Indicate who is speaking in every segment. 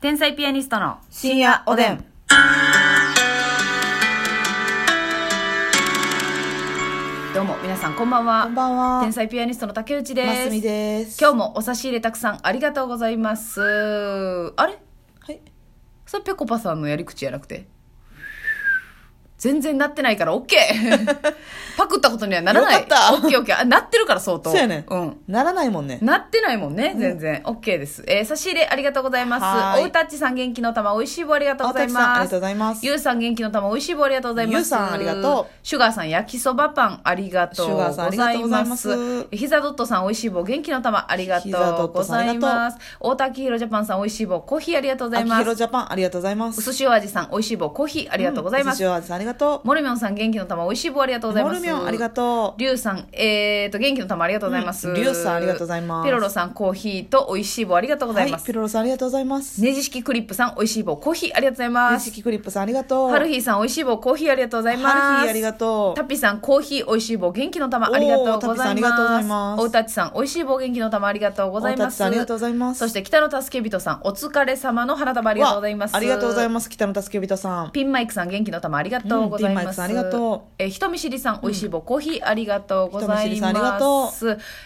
Speaker 1: 天才ピアニストの
Speaker 2: 深夜おでん。
Speaker 1: どうも皆さんこんばんは
Speaker 2: こんばんは。
Speaker 1: 天才ピアニストの竹内です
Speaker 2: マスミです。
Speaker 1: 今日もお差し入れたくさんありがとうございますあれ
Speaker 2: はい。
Speaker 1: それぺこぱさんのやり口じゃなくて全然なってないから OK パクったことにはならない
Speaker 2: よかった
Speaker 1: OKOK なってるから相当
Speaker 2: そうやね。
Speaker 1: うん。
Speaker 2: ならないもんね。
Speaker 1: なってないもんね、全然。オッケーです。えー差し入れありがとうございま
Speaker 2: は
Speaker 1: す。
Speaker 2: ーい
Speaker 1: おうたっちさん元気の玉、おいしい棒ありがとうござい
Speaker 2: あおたっちさん
Speaker 1: ます。
Speaker 2: ありがとうございます
Speaker 1: ゆうさん元気の玉、おいしい棒ありがとうございます。
Speaker 2: ゆうさんありがと
Speaker 1: う。シュガーさん焼きそばパン、ありがとうございます。
Speaker 2: シュガーさんありがとうございます
Speaker 1: ひざドットさん、おいしい棒元気の玉、ありがとうござい
Speaker 2: ひざドットさんあ
Speaker 1: ます。大田ひろジャパンさん、おいしい棒、コーヒーありがとうござ
Speaker 2: あ
Speaker 1: い
Speaker 2: き
Speaker 1: ま
Speaker 2: ひろ
Speaker 1: す。
Speaker 2: ジャパン、ありがとうございます。
Speaker 1: うすしお味さん、おいしい棒、コーヒーありがとうございます。
Speaker 2: お味さん、ありがと
Speaker 1: モルミョンさん、元気の玉、おいしい棒、ありがとう
Speaker 2: う。
Speaker 1: ございま
Speaker 2: モ
Speaker 1: す。
Speaker 2: ルミョン、ありがとう。
Speaker 1: リュウさん、えーと、元気の玉ありがとうございます。
Speaker 2: うんリュウさんありがとうございます
Speaker 1: ピロロさん、コーヒーと美味しい棒ありがとうございま
Speaker 2: はい。
Speaker 1: す。
Speaker 2: ピロロさん、ありがとうございます。
Speaker 1: ネジ式クリップさん、美味しい棒、コーヒーありがとうございま
Speaker 2: ね
Speaker 1: す。
Speaker 2: しきクリップさん、ありがとう。
Speaker 1: ハル
Speaker 2: ヒ
Speaker 1: ヒーさん、美味しい棒、コーヒーありがとうございます。
Speaker 2: ハルヒーありがとう
Speaker 1: タッピーさん、コーヒー、美味しい棒、元気の玉、
Speaker 2: おー
Speaker 1: ありがとうございます。
Speaker 2: タッピーさんありがとうございます
Speaker 1: おうたちさん、美味しい棒、元気の玉、ありがとうございます。
Speaker 2: おうたちさんありがとうございます
Speaker 1: そして、北野助人さん、お疲れ様の花束、あ
Speaker 2: あ
Speaker 1: りがとうございます。
Speaker 2: ありがとうございます。北野助人さん。
Speaker 1: ピンマイクさん元気の玉ありがとうございます。
Speaker 2: うんピンマイクさんありがと
Speaker 1: う。えー人見知りさん、美味しい棒、コーヒーありがとうございます。
Speaker 2: 人見知りさんありがと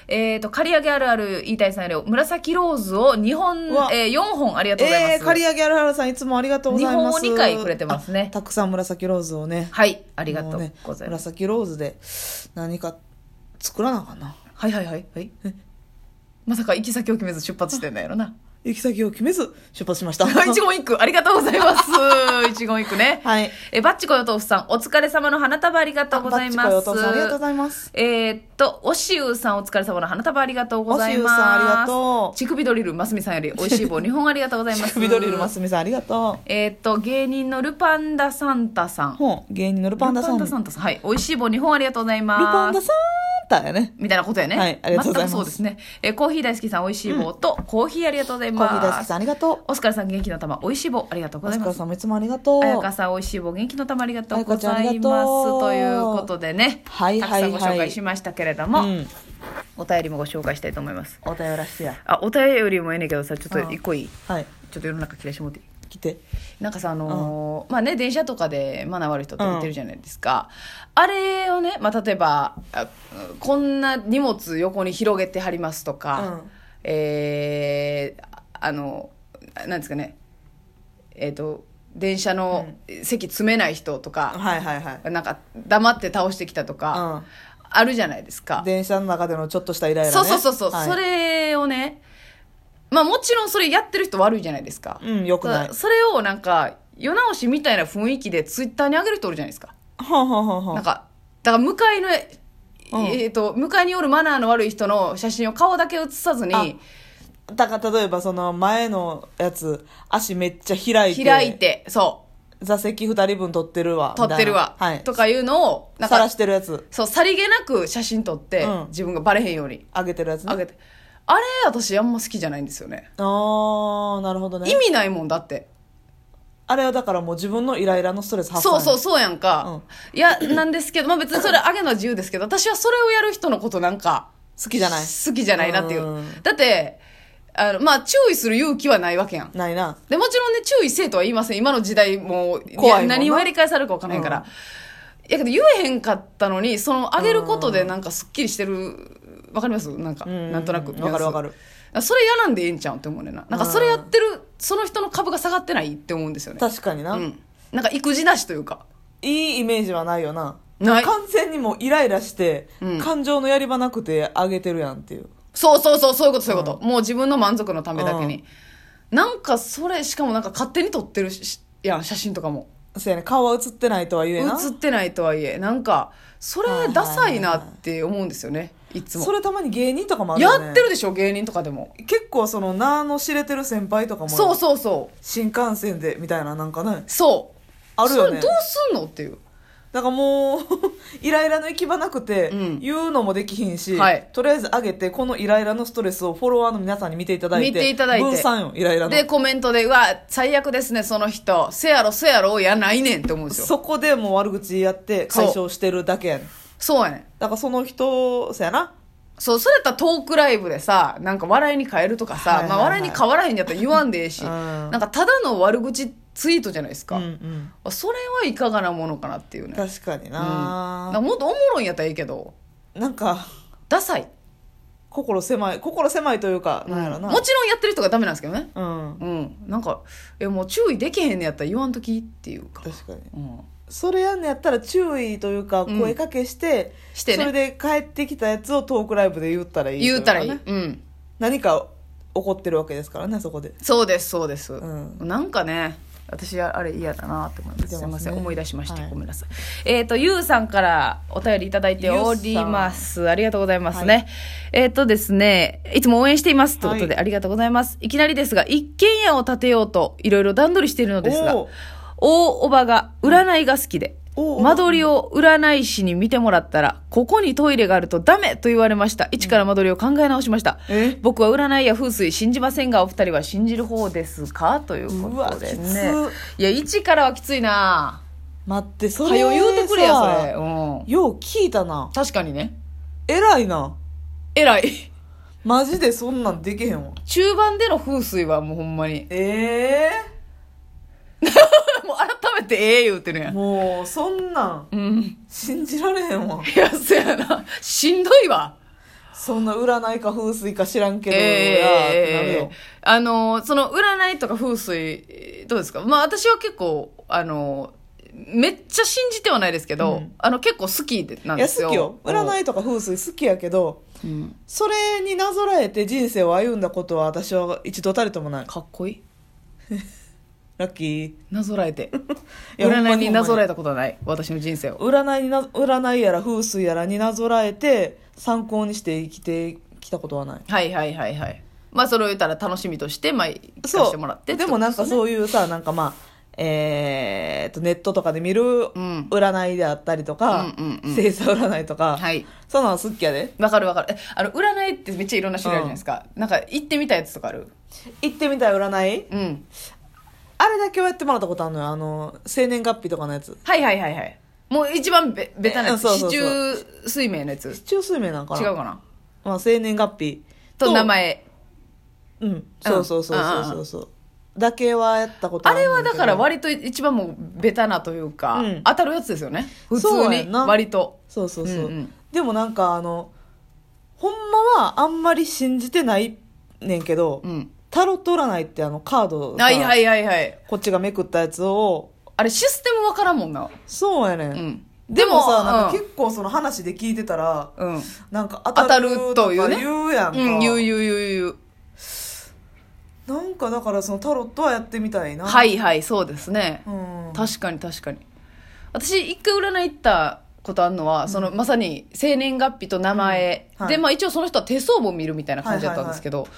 Speaker 1: えっ、と、刈り上げあるある、言いたいさんより、紫ローズを2本
Speaker 2: うわ、
Speaker 1: えー、4本ありがとうございます。
Speaker 2: えー、刈り上げあるはるさん、いつもありがとうございます。
Speaker 1: 日本を2回くれてますね
Speaker 2: あたくさん紫ローズをね。
Speaker 1: はい、あ
Speaker 2: あ
Speaker 1: りがとうございます。
Speaker 2: 紫ローズで、何か作らなあかんな。
Speaker 1: はいはいはい。はい、まさか行き先を決めず出発してんだやろ な。
Speaker 2: 行き先を決めず、出発 しました。
Speaker 1: 一言一句、ありがとうございます。一言一句ね。
Speaker 2: はい
Speaker 1: え、バッチコヨトフさん、お疲れ様の花束ありがとうございます。
Speaker 2: あバッチコヨトフさんありがとうございます。
Speaker 1: えーっと、おしゅうさん、お疲れ様の花束ありがとうございます。
Speaker 2: おしゅうさんありがとう
Speaker 1: 乳首ドリル、ますみさんより、美味しい 棒、日本ありがとうございます。
Speaker 2: 乳首ドリルますみさんありがと
Speaker 1: えーっと、芸人のルパンダサンタさん。
Speaker 2: う。ほう、芸人のルパンダさん。
Speaker 1: ル
Speaker 2: ル
Speaker 1: パンダさん。はい。美味しい棒、日本ありがとうございます。
Speaker 2: パンダさんだよね。
Speaker 1: みたいなことやね。
Speaker 2: はいありがとうございます
Speaker 1: 全くそうですね。えーコーヒー大好きさん、美味しい棒と、コーヒーありがとうござい
Speaker 2: コ
Speaker 1: ます。
Speaker 2: ーヒー大好きさんありがと
Speaker 1: オスカルさん元気の玉美味しい棒ありがとう
Speaker 2: う。
Speaker 1: ご
Speaker 2: マ
Speaker 1: ざい
Speaker 2: スカ
Speaker 1: ま
Speaker 2: ル
Speaker 1: す。
Speaker 2: さんもいつもありがとう。
Speaker 1: あやかさん美味しい棒元気の玉ありがとうござ
Speaker 2: あや
Speaker 1: い
Speaker 2: かちゃんあ
Speaker 1: ま
Speaker 2: りがと
Speaker 1: す
Speaker 2: う
Speaker 1: ということでね、
Speaker 2: はいはいはい
Speaker 1: たくさんご紹介しましたけれど
Speaker 2: う
Speaker 1: も、
Speaker 2: ん。
Speaker 1: お便りもご紹介したいと思います。
Speaker 2: お便らしてや。
Speaker 1: あお便りもええねんけどさちょっと一個いい、ち
Speaker 2: はい。
Speaker 1: ょっと世の中切らしてもらっていい
Speaker 2: 来て。
Speaker 1: なんかさあのーまあね電車とかでマナー悪い人って言ってるじゃないですか、あれをね、まあ、例えばあこんな荷物横に広げてはりますとか、
Speaker 2: うん
Speaker 1: えーああのなんですかねえっ、と電車の席詰めない人とか、
Speaker 2: はいはいはい。
Speaker 1: なんか黙って倒してきたと
Speaker 2: う
Speaker 1: か、
Speaker 2: ん。
Speaker 1: あるじゃないですか、
Speaker 2: 電車の中でのちょっとしたイライラね。
Speaker 1: そうそうそうそう、
Speaker 2: はい
Speaker 1: そ。れをねまあもちろんそれやってる人悪いじゃないですか、
Speaker 2: うん、よくない。
Speaker 1: それをなんか世直しみたいな雰囲気でツイッターに上げる人おるじゃないですか、
Speaker 2: はあはあはあはあ
Speaker 1: なんかだから向かいの、
Speaker 2: うん
Speaker 1: えっと向かいにおるマナーの悪い人の写真を顔だけ写さずに
Speaker 2: だから例えばその前のやつ、足めっちゃ開いて。
Speaker 1: 開い。てそ
Speaker 2: 座席二人分取ってるわ。
Speaker 1: う撮ってるわ、
Speaker 2: みたいなはい。
Speaker 1: とかいうのをなん
Speaker 2: さら
Speaker 1: か
Speaker 2: してるやつ。
Speaker 1: そうさりげなく写真撮って、
Speaker 2: うん
Speaker 1: 自分がバレへんように
Speaker 2: 上げてるやつね。
Speaker 1: 上げて、あれ私あんま好きじゃないんですよね
Speaker 2: ああ、なるほどね
Speaker 1: 意。味ないもんだって
Speaker 2: あれはだからもう自分のイライラのストレス発散
Speaker 1: そう
Speaker 2: や
Speaker 1: そうそうやんか、いやなんですけど、まあ、別にそれ上げるのは自由ですけど私はそれをやる人のことなんか
Speaker 2: 好きじゃない
Speaker 1: 好きじゃないなっていう。
Speaker 2: うん
Speaker 1: だって、あの、まあ、注意する勇気はないわけやん。
Speaker 2: ないな
Speaker 1: で、もちろんね、注意せえとは言いません。今の時代もう、
Speaker 2: 怖いもんな
Speaker 1: 何をやり返されるかわからへんから。いやけど言えへんかったのに、その、あげることでなんかすっきりしてる、わかりますなんか、
Speaker 2: ん
Speaker 1: なんとなく。
Speaker 2: わかるわかる。
Speaker 1: それ嫌なんでええんちゃうんって思うねんな。なんかそれやってる、その人の株が下がってないって思うんですよね。
Speaker 2: 確かにな、
Speaker 1: うん。なんか育児なしというか。
Speaker 2: いいイメージはないよな
Speaker 1: ない
Speaker 2: 完全にもうイライラして、
Speaker 1: うん
Speaker 2: 感情のやり場なくてあげてるやんっていう
Speaker 1: そうそうそう、そういうこと、そういうこと。もう自分の満足のためだけに。なんか、それ、しかもなんか勝手に撮ってるしやん、写真とかも。
Speaker 2: そうやね顔は映ってないとは言えな
Speaker 1: 写ってないとはいえ、なんか、そ
Speaker 2: はいはい
Speaker 1: れ
Speaker 2: はい
Speaker 1: ダサいなって思うんですよね、いつも
Speaker 2: そ。れたまに芸人とかもある
Speaker 1: や
Speaker 2: よ、ね、
Speaker 1: ってるでしょ、芸人とかでも。
Speaker 2: 結構その名の知れてる先輩とかも
Speaker 1: そうそうそう。
Speaker 2: 新幹線でみたいななんかね
Speaker 1: そう。
Speaker 2: あるよ
Speaker 1: それ
Speaker 2: ね
Speaker 1: どうすんのっていう。
Speaker 2: だからもう イライラの行き場なくて、
Speaker 1: うん
Speaker 2: 言うのもできひんし、
Speaker 1: はい
Speaker 2: とりあえず上げてこのイライラのストレスをフォロワーの皆さんに見ていただいて
Speaker 1: 見ていただいて
Speaker 2: 分散よイライラの
Speaker 1: で、コメントで、うわ、最悪ですね、その人。せやろ、せやろ、やないねんって思うんですよ。
Speaker 2: そこでもう悪口やって解消してるだけやねん
Speaker 1: そうやねん。
Speaker 2: だからその人そやな
Speaker 1: そう、それやったらトークライブでさ、なんか笑いに変えるとかさ、
Speaker 2: はいはいはい
Speaker 1: まあ笑いに変わらへんやったら言わんでええし、
Speaker 2: うん
Speaker 1: なんかただの悪口ツイートじゃないです
Speaker 2: う
Speaker 1: か。
Speaker 2: んうん
Speaker 1: あそれはいかがなものかなっていうね。
Speaker 2: 確かに
Speaker 1: うん、なんか
Speaker 2: な、
Speaker 1: もっとおもろいんやったらいいけど、
Speaker 2: なんか
Speaker 1: ダサい。
Speaker 2: 心狭い心狭いというか、なんやろな
Speaker 1: もちろんやってる人がダメなんですけどね。
Speaker 2: うん
Speaker 1: うん。なんか、え、もう注意できへんのやったら言わんときっていうか。
Speaker 2: 確かに
Speaker 1: うん。
Speaker 2: それやんのやったら注意というか
Speaker 1: うん
Speaker 2: 声かけして,、
Speaker 1: して
Speaker 2: それ
Speaker 1: ね。
Speaker 2: で帰ってきたやつをトークライブで言ったらいいという
Speaker 1: 言うたらいい。
Speaker 2: かね
Speaker 1: うん。
Speaker 2: 何か起こってるわけですからねそこで
Speaker 1: そうです、そうです。
Speaker 2: う
Speaker 1: なんかね、私はあれ嫌だなって思います。
Speaker 2: 出てますす
Speaker 1: いませ
Speaker 2: ね
Speaker 1: ん、思い出しました。
Speaker 2: はい
Speaker 1: ごめんなさい。えっ、と、ゆうさんからお便りいただいております。ありがとうございますね。
Speaker 2: は
Speaker 1: えっ、とですね、いつも応援していますということで、
Speaker 2: は
Speaker 1: ありがとうございます。いきなりですが、一軒家を建てようといろいろ段取りしているのですが、
Speaker 2: おう
Speaker 1: 大おばが占いが好きで、
Speaker 2: おう
Speaker 1: 間取りを占い師に見てもらったら、ここにトイレがあるとダメと言われました。一から間取りを考え直しました。
Speaker 2: え
Speaker 1: 僕は占いや風水信じませんが、お二人は信じる方ですかという
Speaker 2: う
Speaker 1: こ
Speaker 2: わ
Speaker 1: とで
Speaker 2: き
Speaker 1: ね。
Speaker 2: つ
Speaker 1: いや、一からはきついな
Speaker 2: 待ってそ
Speaker 1: は
Speaker 2: れ
Speaker 1: よ言うてくれや、それ。
Speaker 2: さ
Speaker 1: うん。
Speaker 2: よう聞いたな
Speaker 1: 確かにね。
Speaker 2: 偉いな
Speaker 1: 偉い。
Speaker 2: マジでそんなんできへんわ
Speaker 1: 中盤での風水はもうほんまに。
Speaker 2: え
Speaker 1: もう改めてええ言うてる
Speaker 2: え
Speaker 1: やん。
Speaker 2: もうそんなん
Speaker 1: うん。
Speaker 2: 信じられへんわ
Speaker 1: いや、そやな。しんどいわ。
Speaker 2: そんな占いか風水か知らんけどやってなる
Speaker 1: ええ
Speaker 2: よ
Speaker 1: あのその占いとか風水えーどうですかまあ私は結構あのめっちゃ信じてはないですけど、
Speaker 2: うん
Speaker 1: あの結構好きでなん
Speaker 2: い
Speaker 1: で
Speaker 2: や
Speaker 1: すよ
Speaker 2: 好きよ占いとか風水好きやけど
Speaker 1: うん、うん
Speaker 2: それになぞらえて人生を歩んだことは私は一度たりともない
Speaker 1: かっこいい
Speaker 2: ラッキー
Speaker 1: なぞらえて
Speaker 2: いやほんま
Speaker 1: 占いになぞら
Speaker 2: え
Speaker 1: えたことはない私の人生を
Speaker 2: 占いにな占いやら風水やらになぞらえて参考にして生きてきたことはない
Speaker 1: はいはいはいはいまあそれを言ったら楽しみとしてまあ聞か
Speaker 2: そ
Speaker 1: せ
Speaker 2: う
Speaker 1: てもらって
Speaker 2: でもなんか
Speaker 1: う
Speaker 2: そういうさなんかまあえー、とネットとかで見る
Speaker 1: ん
Speaker 2: 占いであったりとか、
Speaker 1: うんうんうん
Speaker 2: 星座占いとか、
Speaker 1: はい
Speaker 2: そんなの好きやで
Speaker 1: わかるわかるえあの占いってめっちゃいろんな種類あるじゃないですか、なんか行ってみたやつとかある
Speaker 2: 行ってみたい占い
Speaker 1: うん
Speaker 2: あれだけはやってもらったことあるのよあの生年月日とかのやつ
Speaker 1: はいはいはいはい。もう一番べ、ベタなやつ。
Speaker 2: えそうそう
Speaker 1: 四
Speaker 2: そう
Speaker 1: 中水明のやつ。違う
Speaker 2: 中水明なんかな
Speaker 1: かな
Speaker 2: まあ、生年月日
Speaker 1: と名前。
Speaker 2: うんそうそうそうそうそうそうだけはやったこと
Speaker 1: あ
Speaker 2: るん
Speaker 1: れ
Speaker 2: けど
Speaker 1: はだから割と一番もうベタなというか、
Speaker 2: うん
Speaker 1: 当たるやつですよね。普
Speaker 2: そ
Speaker 1: 通
Speaker 2: うや
Speaker 1: に。
Speaker 2: んな
Speaker 1: 割と。
Speaker 2: そうそうそう、
Speaker 1: うんうん
Speaker 2: でもなんかあのほんまはあんまり信じてないねんけど、
Speaker 1: うん。
Speaker 2: タロット占いってあのカードさ
Speaker 1: はいはいはいはい。
Speaker 2: こっちがめくったやつを
Speaker 1: あれシステムわからんもんな。
Speaker 2: そうやねん、
Speaker 1: うん。
Speaker 2: でもさなんか
Speaker 1: うん
Speaker 2: 結構その話で聞いてたら、
Speaker 1: うん。
Speaker 2: なんか当たる
Speaker 1: 当たる
Speaker 2: と
Speaker 1: と
Speaker 2: か
Speaker 1: いうね
Speaker 2: 言うやんか、
Speaker 1: うん、言う言う言う言う。
Speaker 2: なんかだからそのタロットはやってみたいな、
Speaker 1: はいいはい、そうですね。
Speaker 2: うん、
Speaker 1: 確かに確かに。私、一回占い行ったことあるのは、そのまさに生年月日と名前、
Speaker 2: うんはい
Speaker 1: で、まあ一応その人は手相簿を見るみたいな感じだったんですけど、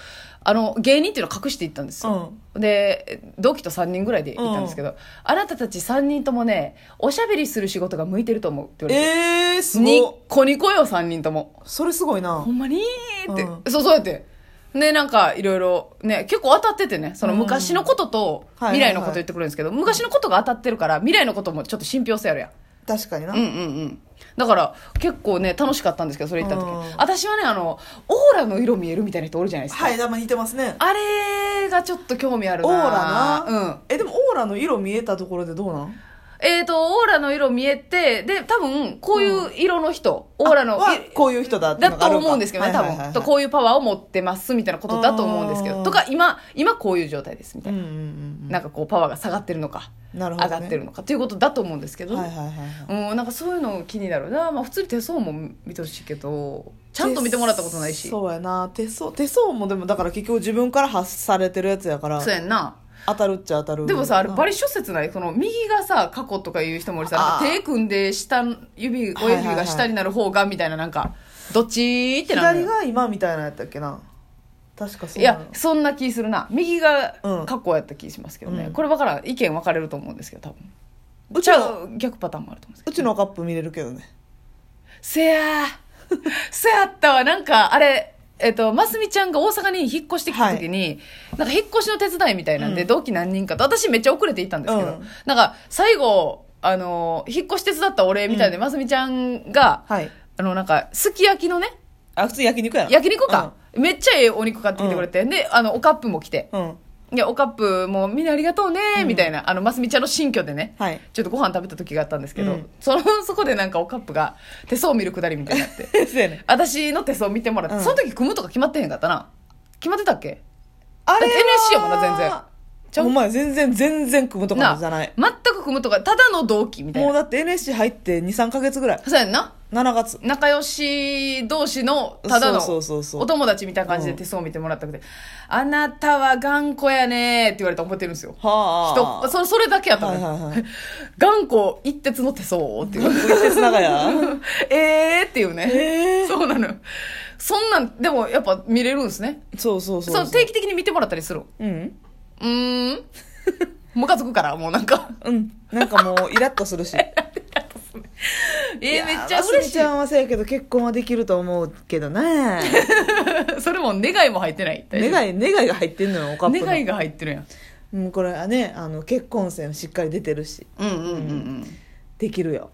Speaker 1: あの、芸人っていうのは隠していったんですよ。
Speaker 2: うん
Speaker 1: で同期と3人ぐらいでいたんですけど、あなたたち3人ともねおしゃべりする仕事が向いてると思うって言われて、
Speaker 2: えー、す
Speaker 1: にっ
Speaker 2: ごい
Speaker 1: こにこよ3人とも
Speaker 2: それすごいな
Speaker 1: ほんまにって、
Speaker 2: う
Speaker 1: そうそうやってでなんかいろいろね結構当たっててねその昔のことと
Speaker 2: うんはい
Speaker 1: 未来のこと言ってくるんですけど、昔のことが当たってるから未来のこともちょっと信憑性あるやん
Speaker 2: 確かにな、
Speaker 1: うんうんうんだから結構ね楽しかったんですけどそれ行った時、
Speaker 2: うん
Speaker 1: 私はねあのオーラの色見えるみたいな人おるじゃないですか、
Speaker 2: はいだま似てますね
Speaker 1: あれがちょっと興味あるな
Speaker 2: オーラな、
Speaker 1: うん
Speaker 2: えでもオーラの色見えたところでどうなん
Speaker 1: えー、と、オーラの色見えて、で、多分、こういう色の人、オーラの
Speaker 2: あ、は
Speaker 1: え
Speaker 2: こういう人だってい
Speaker 1: だ
Speaker 2: のがある
Speaker 1: と
Speaker 2: のか
Speaker 1: 思うんですけどね、
Speaker 2: は
Speaker 1: 多
Speaker 2: いはいはいはい
Speaker 1: 分。と、こういうパワーを持ってます、みたいなことだと思うんですけ
Speaker 2: う
Speaker 1: ど。
Speaker 2: ん
Speaker 1: とか、今、今こういう状態です、みた
Speaker 2: う
Speaker 1: い
Speaker 2: ん
Speaker 1: な。
Speaker 2: うんうん
Speaker 1: なんかこう、パワーが下がってるのか、
Speaker 2: うんなる
Speaker 1: 上
Speaker 2: ほど、ね、
Speaker 1: がってるのか、ということだと思うんですけど。
Speaker 2: はいはいはいはい
Speaker 1: うん、なんかそういうの気になるな。まあ、普通に手相も見てほしいけど、ちゃんと見てもらったことないし。
Speaker 2: 手
Speaker 1: そ
Speaker 2: そうやな手相手相もでもだから結局自分から発されてるやつやから
Speaker 1: うやんな。
Speaker 2: 当たるっちゃ当たる
Speaker 1: でもさ、あれ、バ
Speaker 2: リ
Speaker 1: リ諸説ないその、右がさ、過去とかいう人もいるさ、なん
Speaker 2: あ
Speaker 1: か
Speaker 2: ー
Speaker 1: 手組んで、下、指、親指が下になる方が、みたいな、なんか、どっちってなる
Speaker 2: 左
Speaker 1: のよ。
Speaker 2: が今みたいなやったっけな確かそ
Speaker 1: いう
Speaker 2: なの
Speaker 1: や、そんな気するな。右が
Speaker 2: うん
Speaker 1: 過去やった気しますけどね。
Speaker 2: うん
Speaker 1: これ分からん。意見分かれると思うんですけど、多分。
Speaker 2: う
Speaker 1: じ
Speaker 2: ち
Speaker 1: ゃ
Speaker 2: の
Speaker 1: あ、逆パターンもあると思うんです
Speaker 2: う
Speaker 1: け
Speaker 2: ち
Speaker 1: ど。
Speaker 2: のカップ見れるけどね
Speaker 1: せやー。 せやったわ。なんか、あれ、えっと、ますみちゃんが大阪に引っ越してきた時に、なんか引っ越しの手伝いみたいなんで、
Speaker 2: うん
Speaker 1: 同期何人かと、私めっちゃ遅れて行ったんですけど、
Speaker 2: うん
Speaker 1: なんか、最後、あの、引っ越し手伝ったお礼みたいで、
Speaker 2: う
Speaker 1: ますみちゃんが、
Speaker 2: はい
Speaker 1: あの、なんか、すき焼きのね、
Speaker 2: あ、普通焼肉やな。
Speaker 1: 焼肉か、めっちゃええお肉買ってきてくれて、であのおカップも来て、
Speaker 2: うん。うん。
Speaker 1: でおカップもみんなありがとうねみたいな、あのますみちゃんの新居でね、
Speaker 2: はい
Speaker 1: ちょっとご飯食べた時があったんですけど、
Speaker 2: うん
Speaker 1: そのそこでなんかおカップが手相を見るくだりみたいになって
Speaker 2: そうやね。
Speaker 1: 私の手相見てもらって、
Speaker 2: うん
Speaker 1: その時組むとか決まってへんかったな決まってたっけ
Speaker 2: あ
Speaker 1: だって NSC やもんな全然ちゃう
Speaker 2: お前全然、全然組むとか
Speaker 1: な
Speaker 2: じゃない。
Speaker 1: 全く組むとかただの同期みたい
Speaker 2: もう
Speaker 1: な
Speaker 2: だって NSC 入って2、3ヶ月ぐらい。
Speaker 1: そうやんな
Speaker 2: 7月。
Speaker 1: 仲良し同士のただの
Speaker 2: そうそうそうそう
Speaker 1: お友達みたいな感じで手相を見てもらったくて「あなたは頑固やね」って言われたら覚えてるんですよ
Speaker 2: はあ。
Speaker 1: 人そそれだけやったの
Speaker 2: はい
Speaker 1: よ
Speaker 2: は いはい。
Speaker 1: 頑固一徹の手相をっていう
Speaker 2: 鉄長屋
Speaker 1: ええっていうね、
Speaker 2: ええ
Speaker 1: そうなのよそんなんでもやっぱ見れるんですね
Speaker 2: そうそう
Speaker 1: そ
Speaker 2: そう。
Speaker 1: の定期的に見てもらったりする
Speaker 2: うん。
Speaker 1: うーんムカつくからもうなんか
Speaker 2: うん。なんかもう、イラッとす るし。
Speaker 1: ええ
Speaker 2: や
Speaker 1: めっちゃ
Speaker 2: ます
Speaker 1: 嬉
Speaker 2: み
Speaker 1: し
Speaker 2: ちゃんはせやけど結婚はできると思うけどね。
Speaker 1: いそれも願いも入ってない大丈夫
Speaker 2: 願い、願いが入ってんのよ、おかっぷの。
Speaker 1: 願いが入ってるやん
Speaker 2: うん、これはね、あの、結婚線しっかり出てるし、
Speaker 1: うんうんうんうん
Speaker 2: できるよ。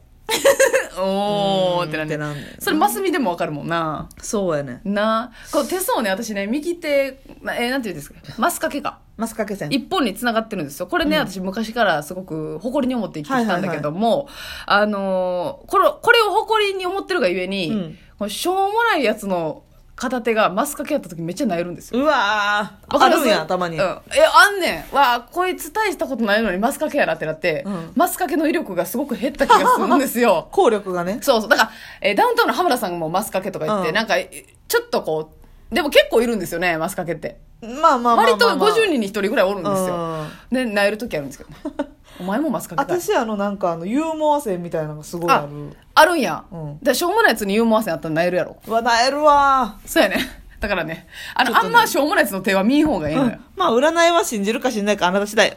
Speaker 1: おーってな
Speaker 2: うーんっ
Speaker 1: ん
Speaker 2: て
Speaker 1: で
Speaker 2: なんねん
Speaker 1: それマスミでもわかるもんな
Speaker 2: そうやね。
Speaker 1: なあこう手相ね私ね右手なえー、なんていうんですかマス掛けか
Speaker 2: マスかけ線。
Speaker 1: 一本につながってるんですよこれね、私昔からすごく誇りに思って生きてきたんだけども、あのーこれこれを誇りに思ってるがゆえに、
Speaker 2: うん
Speaker 1: このしょうもないやつの片手がマス掛けやった時めっちゃ萎えるんですよ
Speaker 2: うわー。
Speaker 1: わか
Speaker 2: あ
Speaker 1: りま
Speaker 2: る
Speaker 1: す
Speaker 2: んや、たまに。
Speaker 1: うん、えあんねんわあこいつ大したことないのにマス掛けやなってなって、
Speaker 2: うん
Speaker 1: マス掛けの威力がすごく減った気がするんです よ
Speaker 2: 効力がね。
Speaker 1: そうそう。だから、えーダウンタウンの浜田さんもマスかけとか言って、
Speaker 2: うん
Speaker 1: なんか、えちょっとこう、でも結構いるんですよね、マスかけって。
Speaker 2: まあまあまあまあ、
Speaker 1: 割と
Speaker 2: まあ
Speaker 1: 50人に1人ぐらいおるんですよ。
Speaker 2: うん
Speaker 1: で、なえる時あるんですけ ど、お前もマスかけたい
Speaker 2: 私、あの、なんか、あの、ユーモア線みたいなのがすごいあ
Speaker 1: あ
Speaker 2: る。、
Speaker 1: あるんや。
Speaker 2: うん
Speaker 1: だからしょうもないやつにユーモア線あったらなえるやろ。
Speaker 2: うわ、なえるわ
Speaker 1: そうやね。だからね、あの、
Speaker 2: ちょっと
Speaker 1: あ
Speaker 2: ね
Speaker 1: んましょうもないやつの手は見ん方がいい
Speaker 2: ー。う
Speaker 1: のよ。
Speaker 2: ん。まあ、占いは信じるか信じないかあなた次第。